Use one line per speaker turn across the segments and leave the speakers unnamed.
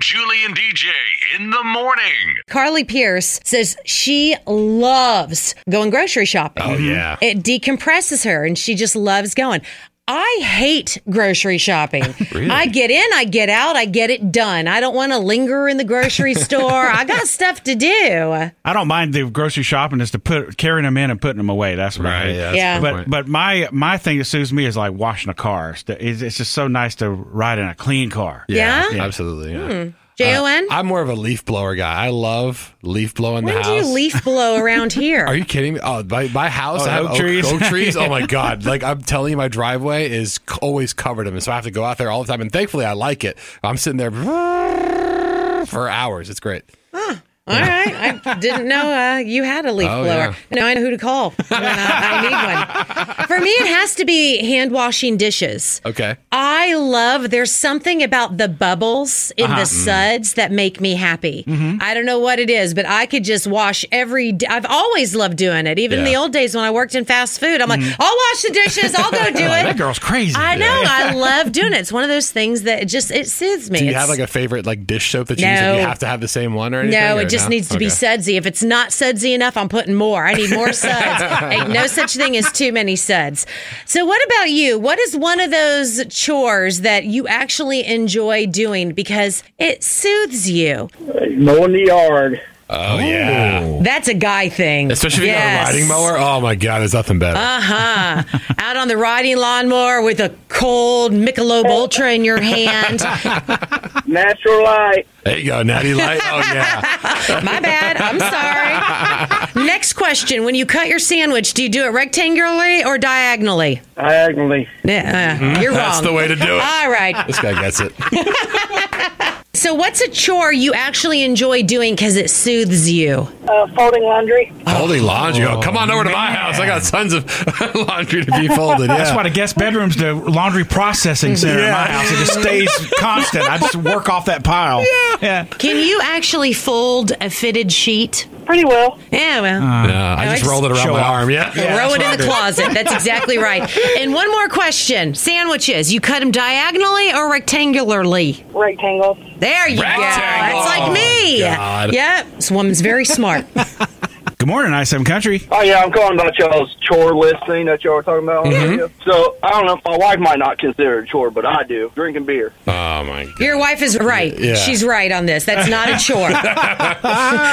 Julie and DJ in the morning.
Carly Pierce says she loves going grocery shopping.
Oh, yeah.
It decompresses her and she just loves going. I hate grocery shopping. I get in, I get out, I get it done. I don't want to linger in the grocery store. I got stuff to do.
I don't mind the grocery shopping is to put carrying them in and putting them away. That's what I
Right.
hate.
Yeah.
Yeah. That's a good
But
point.
but my my thing that soothes me is like washing a car. It's- It's, it's just so nice to ride in a clean car.
Yeah?
Absolutely. Yeah. Uh,
J O N?
I'm more of a leaf blower guy. I love leaf blowing the
When
house.
do you leaf blow around here?
Are you kidding me? Oh, my, my house,
Oh,
I have
oak
oak
trees?
trees. Oak trees. Oh my god! Like I'm telling you, my driveway is c- always covered in them, so I have to go out there all the time. And thankfully, I like it. I'm sitting there for hours. It's great.
All right. I didn't know uh, you had a leaf
Oh,
blower. Now I know who to call when uh, I, I need one. For me, it has to be hand washing dishes.
Okay.
I love there's something about the bubbles in
Uh-huh. Mm.
the suds that make me happy.
Mm-hmm.
I don't know what it is, but I could just wash every d- I've always loved doing it. Even in the
Yeah. Mm-hmm.
old days when I worked in fast food, I'm like, I'll wash the dishes, I'll go do
That
it.
girl's crazy.
I know, I love doing it. It's one of those things that it just it soothes me.
Do you
It's-
have like a favorite like dish soap that you use?
No.
Like, you have to have the same one or anything?
no,
or
it just needs to be
Okay.
sudsy. If it's not sudsy enough, I'm putting more. I need more suds. Ain't no such thing as too many suds. So, what about you? What is one of those chores that you actually enjoy doing because it soothes you?
mowing the yard.
Oh yeah.
That's a guy thing.
Especially if you
Yes.
got a riding mower. Oh my god, there's nothing better.
Out on the riding lawnmower with a cold Michelob Ultra in your hand.
Natural light.
there you go, Natty Light. Oh yeah.
My bad. I'm sorry. Next question. When you cut your sandwich, do you do it rectangularly or diagonally?
Diagonally.
Yeah, uh, you're
Mm-hmm. That's
wrong.
the way to do it.
All right.
This guy gets it.
So, what's a chore you actually enjoy doing because it soothes you?
Uh, folding laundry.
Folding laundry. Oh, come on over to my house. I got tons of laundry to be folded. Yeah.
That's why the guest bedroom's the laundry processing center in my
Yeah.
house. It just stays constant. I just work off that pile. Yeah.
Can you actually fold a fitted sheet?
Pretty well.
Yeah, well.
Yeah, Uh, I,
I
just
just
rolled it around
show
my
off.
arm. Yeah.
Yeah.
Throw
Uh, that's
it
what
in
I
the
do.
closet. That's exactly right. And one more question. Sandwiches, you cut them diagonally or rectangularly?
Rectangle.
There you
Rectangle. Oh,
go. That's like me.
God.
Yep. This woman's very smart.
Good morning, I seven country.
Oh yeah, I'm calling about y'all's chore list thing that y'all were talking about. So I don't know. My wife might not consider it a chore, but I do. Drinking beer.
Oh my god.
Your wife is right.
Yeah.
She's right on this. That's not a chore.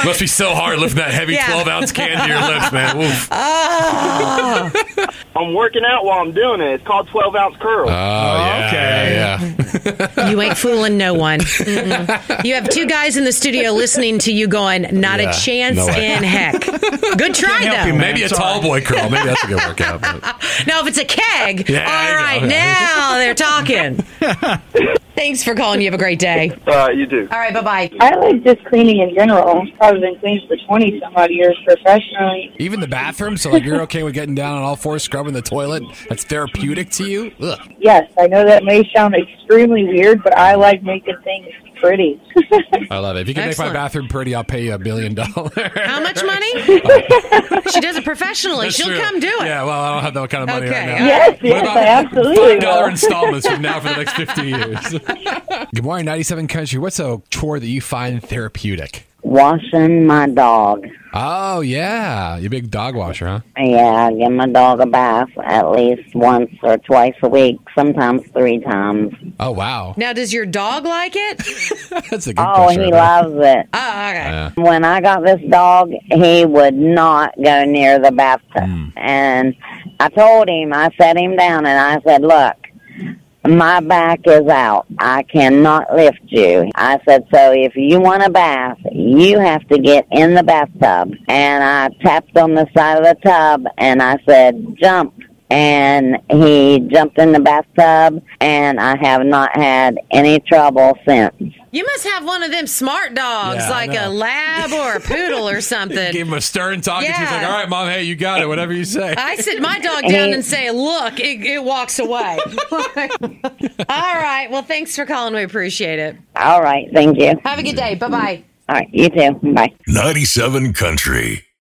Must be so hard lifting that heavy
Yeah.
12 ounce can to your lips, man. Oof. Oh,
I'm working out while I'm doing it. It's called 12 ounce curls.
Oh,
Uh.
yeah,
Okay.
Yeah. yeah.
You ain't fooling no one. Mm-mm. You have two guys in the studio listening to you going, not
Yeah,
a chance
no way.
in heck. Good try,
help
though.
you, man.
Maybe a
Sorry.
tall boy curl. Maybe that's a good workout. but-
Now, if it's a keg,
Yeah,
all
I
right,
know.
now they're talking. Thanks for calling. You have a great day.
Uh, you do.
All right, bye bye.
I like just cleaning in general. Probably been cleaning for twenty some odd years professionally.
Even the bathroom. So, like, you're okay with getting down on all fours, scrubbing the toilet. That's therapeutic to you. Ugh.
Yes, I know that may sound extremely weird, but I like making things pretty.
I love it. If you can
Excellent.
make my bathroom pretty, I'll pay you a billion dollars.
How much money? she does it professionally.
That's
She'll
true.
come do it.
Yeah, well, I don't have that kind of money
Okay,
right
all
now.
right.
yes,
What
yes,
about
I absolutely
Five
will.
dollar installments from now for the next fifty years. Good morning, ninety-seven country. What's a chore that you find therapeutic?
washing my dog.
Oh yeah, you big dog washer, huh?
Yeah, I give my dog a bath at least once or twice a week, sometimes three times.
Oh wow,
Now, does your dog like it?
that's a good
Oh,
question.
he
right
loves it.
Oh, okay.
When I got this dog, he would not go near the bathtub. And I told him, I set him down and I said, Look, my back is out. I cannot lift you. I said, So if you want a bath, you have to get in the bathtub. And I tapped on the side of the tub and I said, Jump. And he jumped in the bathtub, and I have not had any trouble since.
You must have one of them smart dogs,
Yeah, I
like a
know.
lab or a poodle or
there. Give
something.
him a stern talking to. He's
Yeah.
like, "All right, mom, hey, you got it. Whatever you say."
I sit my dog down and say, "Look, it, it walks away." All right. Well, thanks for calling. We appreciate it.
All right, thank you.
Have a good day. Bye bye.
All right, you too. Bye.
97 Country.